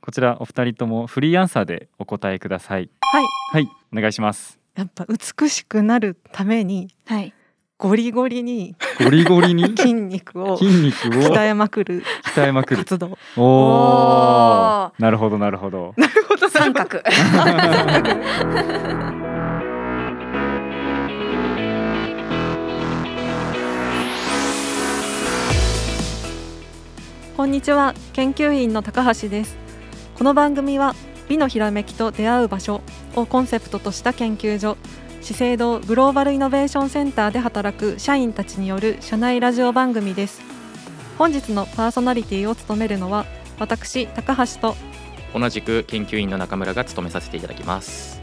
こちらお二人ともフリーアンサーでお答えくださいはいはいお願いしますやっぱ美しくなるためにはい。ゴリゴリにゴリゴリに筋肉を 筋肉を鍛えまくる鍛えまくる活動 おおおなるほどなるほど三角。 こんにちは研究員の高橋ですこの番組は美のひらめきと出会う場所をコンセプトとした研究所資生堂グローバルイノベーションセンターで働く社員たちによる社内ラジオ番組です本日のパーソナリティを務めるのは私高橋と 同じく研究員の中村が務めさせていただきます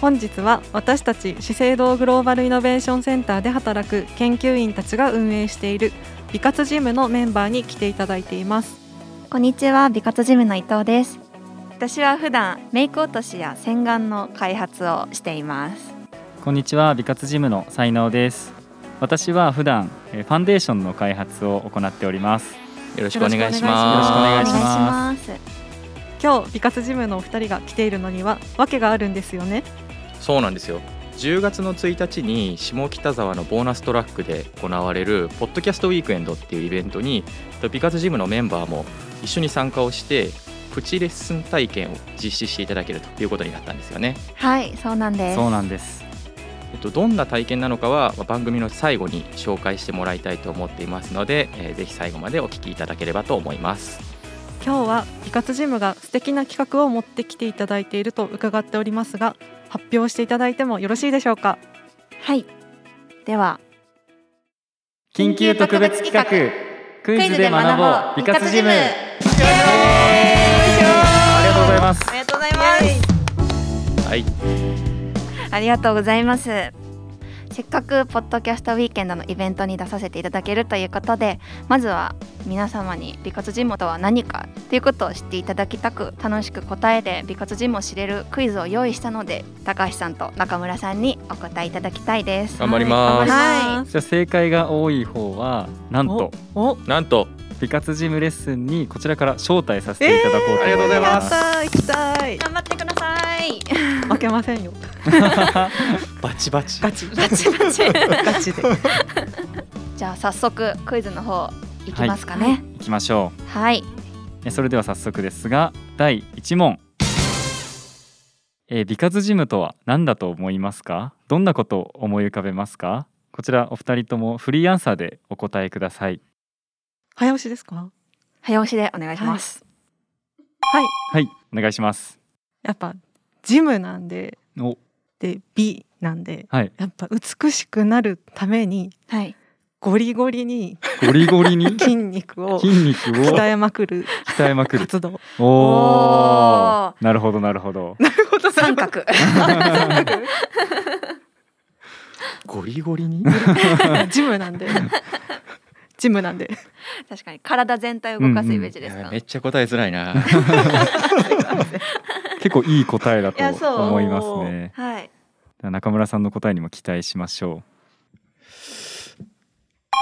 本日は私たち資生堂グローバルイノベーションセンターで働く研究員たちが運営している美活ジムのメンバーに来ていただいていますこんにちは、美活ジムの伊藤です。私は普段メイク落としや洗顔の開発をしています。こんにちは美活ジムの才能です私は普段えーファンデーションの開発を行っておりますよろしくお願いしよろしくお願まいしすまお願いしま今日美活ジムのお二人が来ているのには訳があるんですよねそうなんですよ10月の1日に下北沢のボーナストラックで行われるポッドキャストウィークエンドっていうイベントに美活ジムのメンバーも一緒に参加をしてプチレッスン体験を実施していただけるということになったんですよね、す。はい、そうなんです。そうなんですえっと、どんな体験なのかはまあ番組の最後に紹介してもらいたいと思っていますので、えーぜひ最後までお聞きいただければと思います今日は美活ジムが素敵な企画を持ってきていただいていると伺っておりますが発表していただいてもよろしいでしょうかはい。では、緊急特別企画クイズで学ぼう美活ジムイエありがとうございますありがとうございます。はいありがとうございます。せっかくポッドキャストウィーケンドのイベントに出させていただけるということで、まずは皆様に美活ジムとは何かということを知っていただきたく、楽しく答えで美活ジムを知れるクイズを用意したので、高橋さんと中村さんにお答えいただきたいです。頑張りますはじゃあ正解が多い方はなんといおなんと美活ジムレッスンにこちらから招待させていただこうと思いえーありがとうまごす。ざいあ行きたい頑張ってくださ い。負けませんよバチバチガ チバチバ チ。ガチでじゃあ早速クイズの方いきますかね。行きましょうはい。え。それでは早速ですが第一問。えー美活ジムとは何だと思いますかどんなことを思い浮かべますかこちらお二人ともフリーアンサーでお答えください。早押しですか早押しでお願いします。はいはい、お願いします。やっぱジムなんでお、で美なんではい。やっぱ美しくなるためにはい。ゴリゴ リにゴリゴリに筋 筋肉を肉を鍛えまくる鍛えまくる。活動おおお。なるほどなるほど。三 角。ゴリゴリ にジムなんでジムなんで確かに体全体を動かすイメージですか。めっちゃ答えづらいな結構いい答えだといやそう思いますね。はい。では中村さんの答えにも期待しましょ。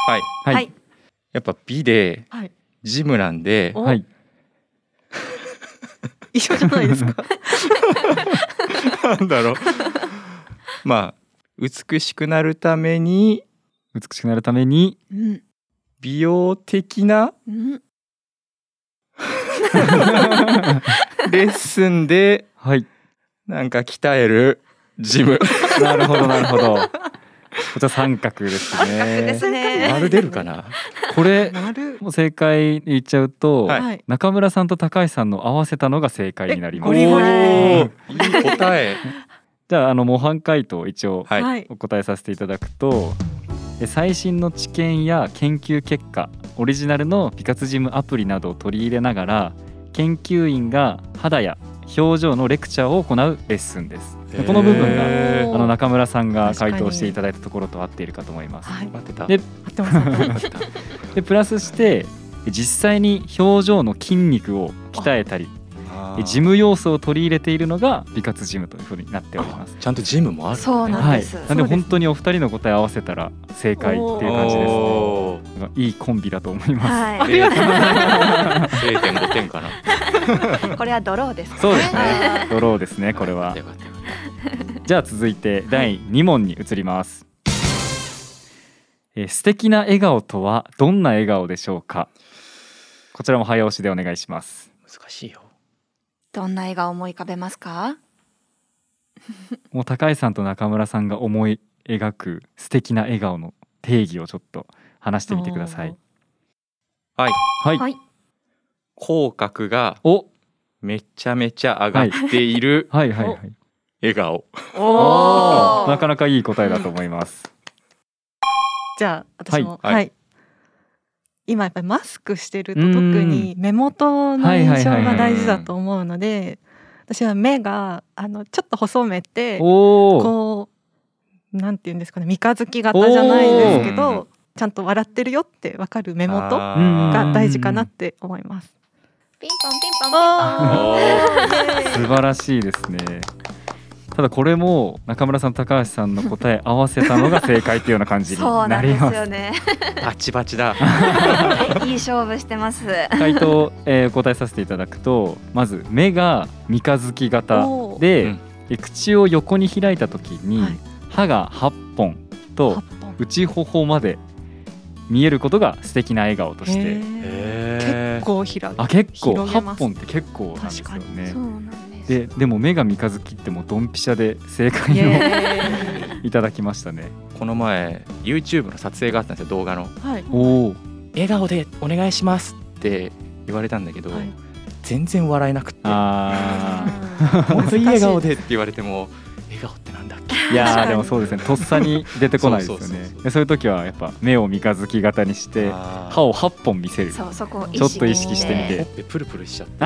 はいうはいやっぱ美ではいジムなんで おはい。一緒じゃないですかなんだろうまあ美しくなるために美しくなるためにうん。美容的なうん。レッスンではいなんか鍛えるジムなるほどなるほどこちら三角ですねですね。丸出るかなこれなるもう正解言っちゃうと、はいはい中村さんと高橋さんの合わせたのが正解になりまゴすリゴリおーいい答えじゃああの模範解答を一応はい、はいお答えさせていただくとえ最新の知見や研究結果オリジナルの美活ジムアプリなどを取り入れながら研究員が肌や表情のレクチャーを行うレッスンですでこの部分がへあーの中村さんが回確か答にしていただいたところと合っているかと思いますはい待ってたで合ってます はいでプラスして実際に表情の筋肉を鍛えたりあージム要素を取り入れているのが美活ジムというふうになっておりますちゃんとジムもあるそうなんはいです。、なんで本当にお二人の答え合わせたら正解っていう感じですねおーいいコンビだと思います、はい。 0.5点か なこれはドローですかそうですねあードローですねこれはよかったよかっじゃあ続いて第2問に移ります、えー素敵な笑顔とはどんな笑顔でしょうかこちらも早押しでお願いしますた難しいよどんな絵が思い浮かべますかもう高井さんと中村さんが思い描く素敵な笑顔の定義をちょっと話してみてくださいはいはい、はい口角がおめちゃめちゃ上がっているはいはいはい笑顔、おなかななかいい答えだと思いますじゃあ私もははいい、は今やっぱりマスクしてるとうん特に目元の印象が大事だと思うので私は目があのちょっと細めておおこうなんていうんですかね三日月型じゃないですけおーどちゃんと笑ってるよってわかる目元があーうん大事かなって思います。ピンポンピンポンピンポあンお素晴らしいですねただこれも中村さんと高橋さんの答え合わせたのが正解っていうような感じにそうななんりですますよねーバチバチ だ いい勝負してます回答、えー、答えさせていただくとまず目が三日月型おーで、うんえ口を横に開いた時に、はい歯が8本と八本内頬まで見えることが素敵な笑顔としへてーへ結構開くあ結構広げま8す本って結構なんですよ確ねそうなんですででも目が三日月ってもうドンピシャで正解イをエーイいただきましたねこの前 YouTube の撮影があったんですよ動画のはいおお「笑顔でお願いします」って言われたんだけど、はい全然笑えなくて「も あういい笑顔で」って言われても「笑顔ってなんだっけ?」ーいや確かーにでもそうですねとっさに出てこないですよそうそうねそうそうでそういう時はやっぱ目を三日月型にして歯歯を8本見せるそうそこをちょっと意識してみてほっぺプルプルしちゃって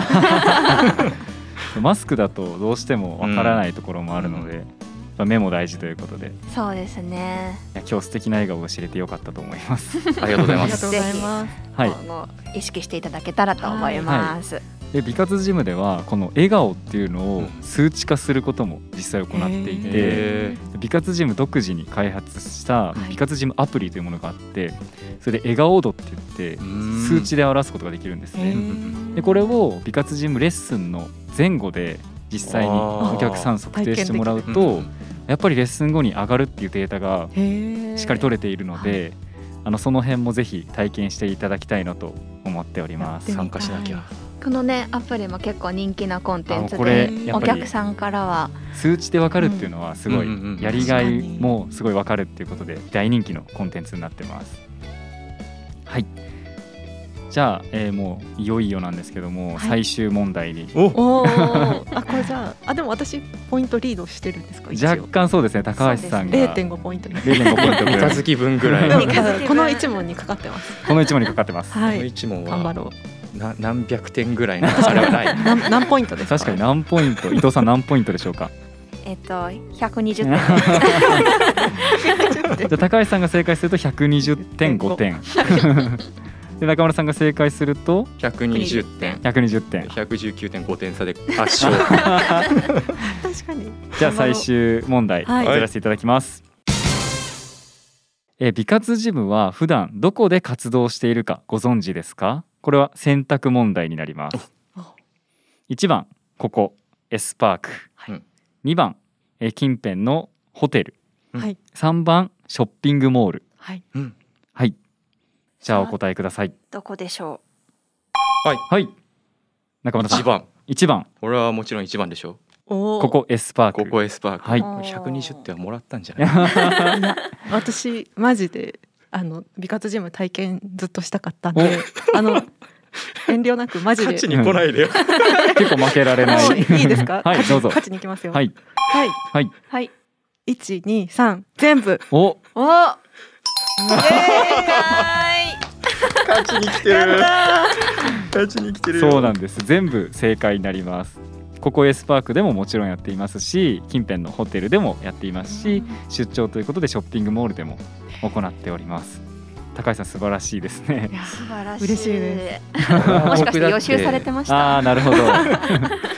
マスクだとどうしてもわからないところもあるので、やっぱ目も大事ということでいそうですねや今日素敵な笑顔を知れてよかったと思いますありがとうござあいまりがとうすございます。はい今後意識していただけたらと思います、で美活ジムではこの笑顔っていうのうをん数値化することも実際行って いてへ美活ジム独自に開発したはい美活ジムアプリというものがあってそれで笑顔度って言ってうん数値で表すことができるんですねーでこれを美活ジムレッスンの前後で実際にお客さん測定してもらううんとやっぱりレッスン後に上がるっていうデータがしっかり取れているので、あのその辺もぜひ体験していただきたいなと思っております。やっ参加しなきゃこのねアプリも結構人気なコンテンツあでこれうんやっおぱ客りさんからは数値でわかるっていうのはすごいうんうんうんやりがいもすごいわかるっていうことで大人気のコンテンツになってます。はいじゃあ、えーもういよいよなんですけども、はい最終問題におおーあこれじゃああでも私ポイントリードしてるんですか一若応干そうですね高橋さんが0.5ポイントリー0.5ポイントぐ三ら日い月分ぐらいドこで三日も月この一問にかかってます この一問にかかってます。はのい一問頑張はろな何百点ぐらいのあれはないうなん何ポイントですか確かに何ポイント伊藤さん何ポイントでしょうかえっ と120じ点ゃ10点あ高橋さんが正解すると120.5点 で中村さんが正解すると120点120点119.5点 差で圧 勝確かにじゃあ最終問題はい移らせていただきます、えー美活ジムは普段どこで活動しているかご存知ですかこれは選択問題になりますあ1番ここ S パーク、はい2番、えー近辺のホテルはい3番ショッピングモールはいうんはいじゃあお答えくださいどこでしょはい中村さん一番一番俺はもちろん一番でしょおーここ S パークここエスパークはい120点はもらったんじゃない私マジであの美活ジム体験ずっとしたかったんであの遠慮なくマジで勝ちに来ないでよ 結構負けられなもうい いいですかはいどうぞ勝ちに行きますよはいいはいはいはい一二三全部おうおイエ勝ちに来ーてイやっるたー勝ちに来てるそうなんです全部正解になりますここ S パークでももちろんやっていますし近辺のホテルでもやっていますし出張ということでショッピングモールでも行っております高橋さん素晴らしいですねいや素晴らしい嬉しいでもしかして予習されてまあしたあーなるほど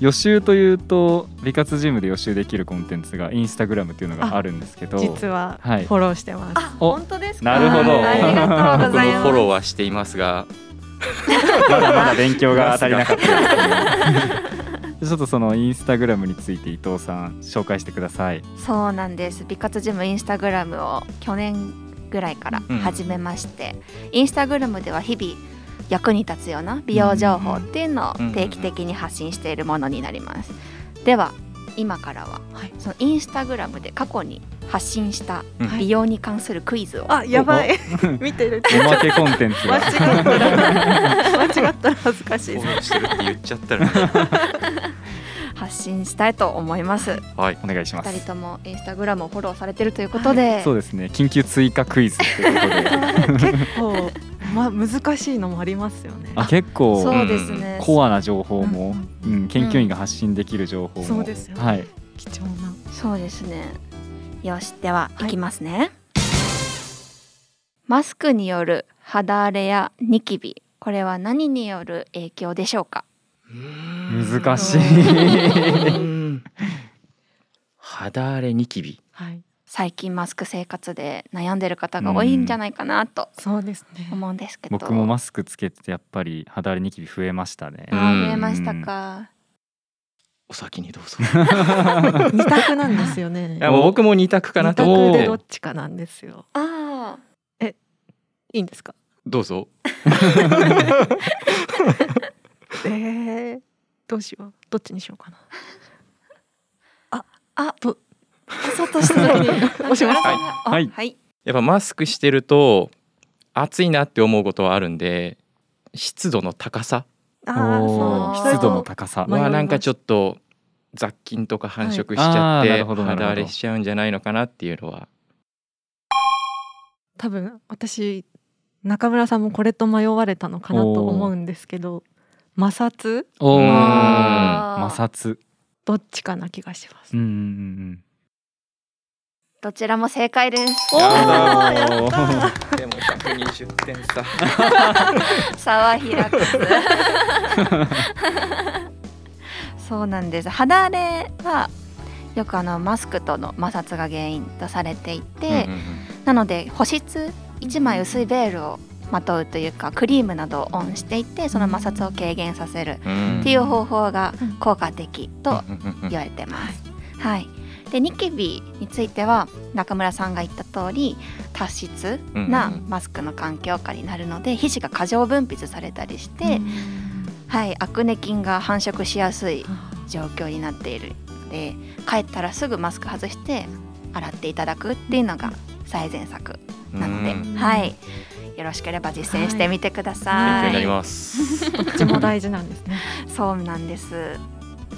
予習というと美活ジムで予習できるコンテンツがインスタグラムというのがあるんですけど実はフはいォローしてますあ本当ですかなるほどありがとうご僕ざいもますフォローはしていますがまだまだ勉強が足りなかったですねちょっとそのインスタグラムについて伊藤さん紹介してくださいそうなんです美活ジムインスタグラムを去年ぐらいから始めまして、インスタグラムでは日々役に立つような美容情報っていうのをうんうん定期的に発信しているものになります、では今からは、はいそのインスタグラムで過去に発信したうん美容に関するクイズを、あやばい 見てるおまけコンテンツ 間違がったら間違ったら恥ずかしいフでォすローしてるって言っちゃったら、ね、発信したいと思いますはいお願いしま二人すともインスタグラムをフォローされてるということで、そうですね緊急追加クイズということで 結構、ま、難しいのもありますよねあ結構そうですね、コアな情報も、ううん、研究員が発信できる情報も、そうですよねはい貴重なそうですね。よし、では、はいい、きますね。マスクによる肌荒れやニキビ、これは何による影響でしょうか。難しい うん肌荒れニキビはい最近マスク生活で悩んでる方が多いんじゃないかなとそうですね思うんですけど。僕もマスクつけてやっぱり肌荒れニキビ増えましたねあー増えましたか。お先にどうぞ二択なんですよ ねいやもう僕も二択かな二と択思っでてどっちかなんですよああ、いいんですかどうぞえー、どうしようどっちにしようかなパソッ としてる。押しましたあはいはい。やっぱマスクしてると暑いなって思うことはあるんで湿度の高さああおそーうそう湿度の高さ迷いますはなんかちょっと雑菌とか繁殖しはいちゃっあーなてるほどなるほど肌荒れしちゃうんじゃないのかなっていうのは多分私中村さんもこれと迷われたのかなと思うんですけど摩擦おうんー摩擦どっちかな気がしますうんうんうんどちらも正解です。おーやったーでも120点差差は開く そうなんです肌荒れはよくあのマスクとの摩擦が原因とされていて、なので保湿1枚薄いベールをまとうというかクリームなどをオンしていてその摩擦を軽減させるっていう方法が効果的と言われてます。はい、でニキビについては中村さんが言った通り多湿なマスクの環境下になるので皮脂が過剰分泌されたりして、はい、アクネ菌が繁殖しやすい状況になっているので帰ったらすぐマスク外して洗っていただくっていうのが最善策なので、うんはい、よろしければ実践してみてくだ勉さ強い。になりますどっちも大事なんですねそうなんです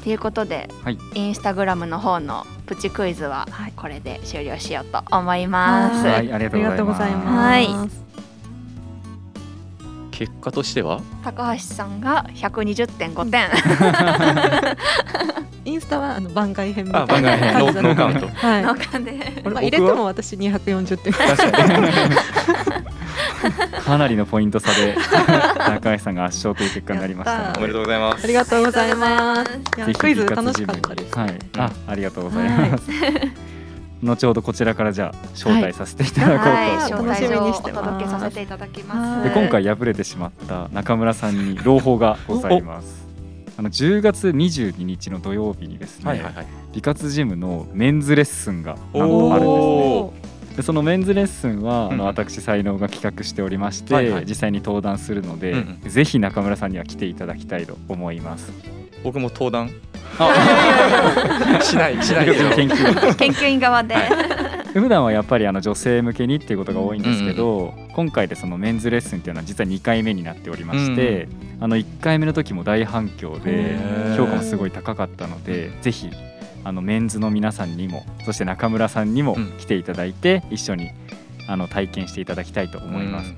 ということで、はいインスタグラムの方のプチクイズはこれで終了しようと思います。はいありありががととううごござざいいます、ますはい結果としては高橋さんが120.5点、インスタはあの番外編みたあいな番外編感ノじだったーカウントはい、の感でまあ、入れても私240点確かにかなりのポイント差で中井さんが圧勝という結果になりましたやっのおでめでとうございま あすりがとうございますありいやぜひクイズ美活楽ジしムかっにたです、はい、あありがとうございます、後ほどこちらからじゃあ招待させていただこはいうと招思います、待楽しみ状をにおしてます届けさせていただきまはすいで今回敗れてしまった中村さんに朗報がございますあの10月22日の土曜日にですね、はいはいはい美活ジムのメンズレッスンがなんとおーあるんですねおでそのメンズレッスンは、あうんの私才能が企画しておりまして、はいはい実際に登壇するので、うんぜひ中村さんには来ていただきたいと思います。僕も登壇あ、しないし ない大学けどの研究員研究員側で、普段はやっぱりあの女性向けにっていうことが多いんですけど、今回でそのメンズレッスンっていうのは実は2回目になっておりまして、あの1回目の時も大反響でへー評価もすごい高かったのでぜひあのメンズの皆さんにもそして中村さんにもうん来ていただいて、一緒にあの体験していただきたいと思いますう。ん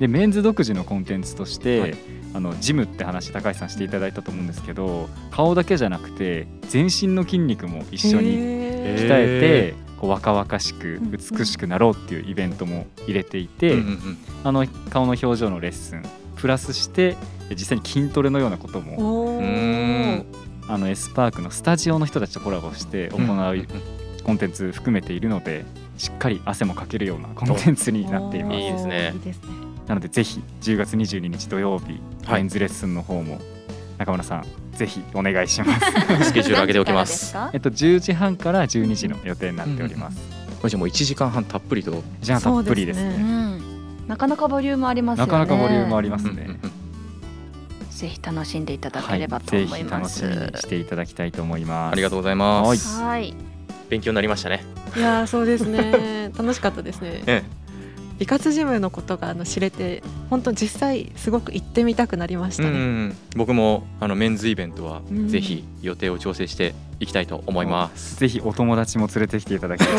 でメンズ独自のコンテンツとして、はいあのジムって話高橋さんしていただいたと思うんですけど顔だけじゃなくて全身の筋肉も一緒にへ鍛ーえて、こう若々しくんうん美しくなろうっていうイベントも入れていて、うんうんあの顔の表情のレッスンプラスして実際に筋トレのようなこともおうーんあの S パークのスタジオの人たちとコラボして行うコンテンツ含めているのでしっかり汗もかけるようなコンテンツになっていまおすー。いいですねいいですねなのでぜひ10月22日土曜日、はメいンズレッスンの方も中村さんぜひお願いし ますスケジュール上げておきま何時す。からえっと10時半から12時の予定になっております、これじゃもう1時間半たっぷりと。じゃあたっぷりですねそうですかうんなかなかボリュームありますよなかねなかボリュームありりますね、ぜひ楽しんでいただはけいれば、とぜ思いひま楽しす、みにしていただきたいと思います。ありがとうございます。ははい勉強になりましたね。いやーそうですね楽しかったですねえ美活ジムのことがあの知れて本当実際すごく行ってみたくなりましえたね、僕もあのメンズイベントはうんぜひ予定を調整していきたいと思います。ぜひお友達も連れてきていただきたい。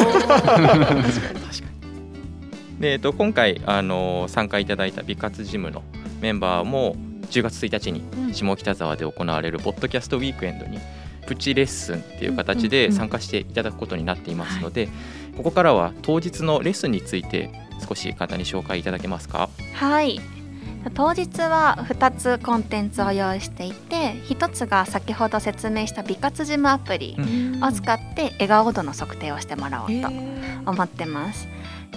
で、えっと今回あの参加いただいた美活ジムのメンバーも10月1日にうん下北沢で行われるポッドキャストウィークエンドにプチレッスンっていう形うんうんでうん参加していただくことになっていますので、ここからは当日のレッスンについて少し簡単に紹介いただけますか。はい当日は2つコンテンツを用意していて1つが先ほど説明した美活ジムアプリを使って笑顔度の測定をしてもらおうえとー思ってます。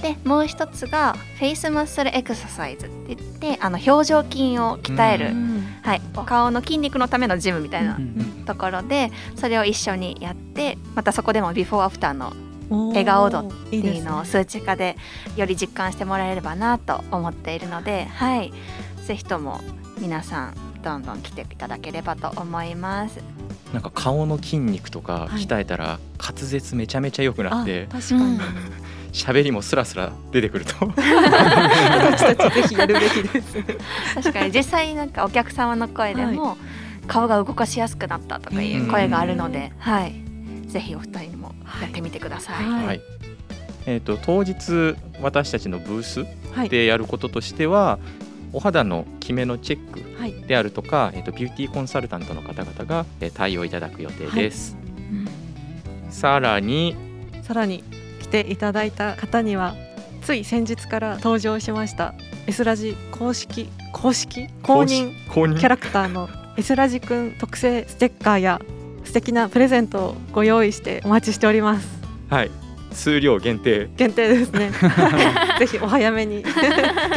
でもう一つがフェイスマッスルエクササイズって言ってあの表情筋を鍛える、ううんはい、お顔の筋肉のためのジムみたいなうんところでそれを一緒にやってまたそこでもビフォーアフターのおー笑顔度いいってでいすうねのを数値化でより実感してもらえればなと思っているので、はい、ぜひとも皆さんどんどん来ていただければと思います。なんか顔の筋肉とかはい鍛えたら滑舌めちゃめちゃ良くなあって確かに、うん喋りもスラスラ出てくると私たちぜひやるべきです確かに実際なんかお客様の声でも、顔が動かしやすくなったとかいう声があるので、はい、ぜひお二人もやってみてください。はい はいえー、と当日私たちのブースはいでやることとしてはお肌のキメのチェックはいであるとか、えー、とビューティーコンサルタントの方々がえー対応いただく予定です、さらにさらに来ていただいた方にはつい先日から登場しましたエスラジ公式公式公認公認キャラクターのエスラジくん特製ステッカーや素敵なプレゼントをご用意してお待ちしておりますはい数量限定限定です ね ぜひお早めに ゲ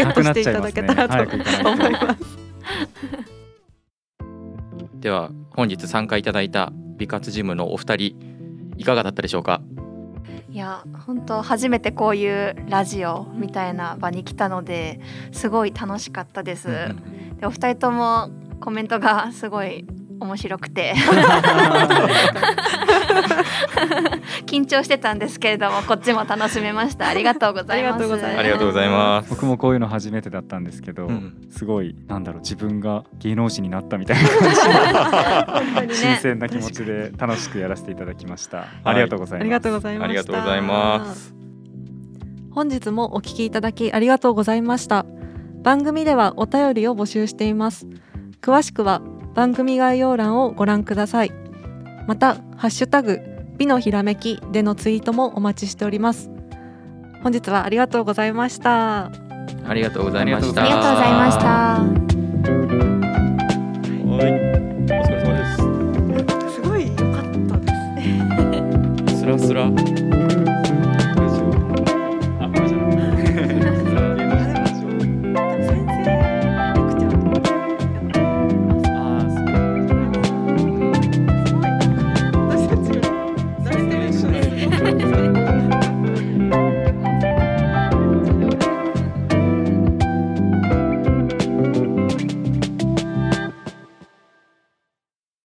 ットしていただけたらなくなっちゃいとますね思 いますでは本日参加いただいた美活ジムのお二人いかがだったでしょうかいや本当初めてこういうラジオみたいな場に来たのですごい楽しかったです。でお二人ともコメントがすごい面白くて緊張してたんですけれどもこっちも楽しめましたありがとうございまありがすとうございますありがとうございます僕もこういうの初めてだったんですけど、うんすごいなんだろう自分が芸能人になったみたいな感本当にじ新鮮な気持ちで楽しくやらせていただきました。ありがとうございます。 ありがとうございましたありがとうございます本日もお聞きいただきありがとうございました番組ではお便りを募集しています詳しくは番組概要欄をご覧くださいまたハッシュタグ美のひらめきでのツイートもお待ちしております本日はありがとうございましたありがとうございましたありがとうございました。はいお疲れ様ですすごい良かったですスラスラ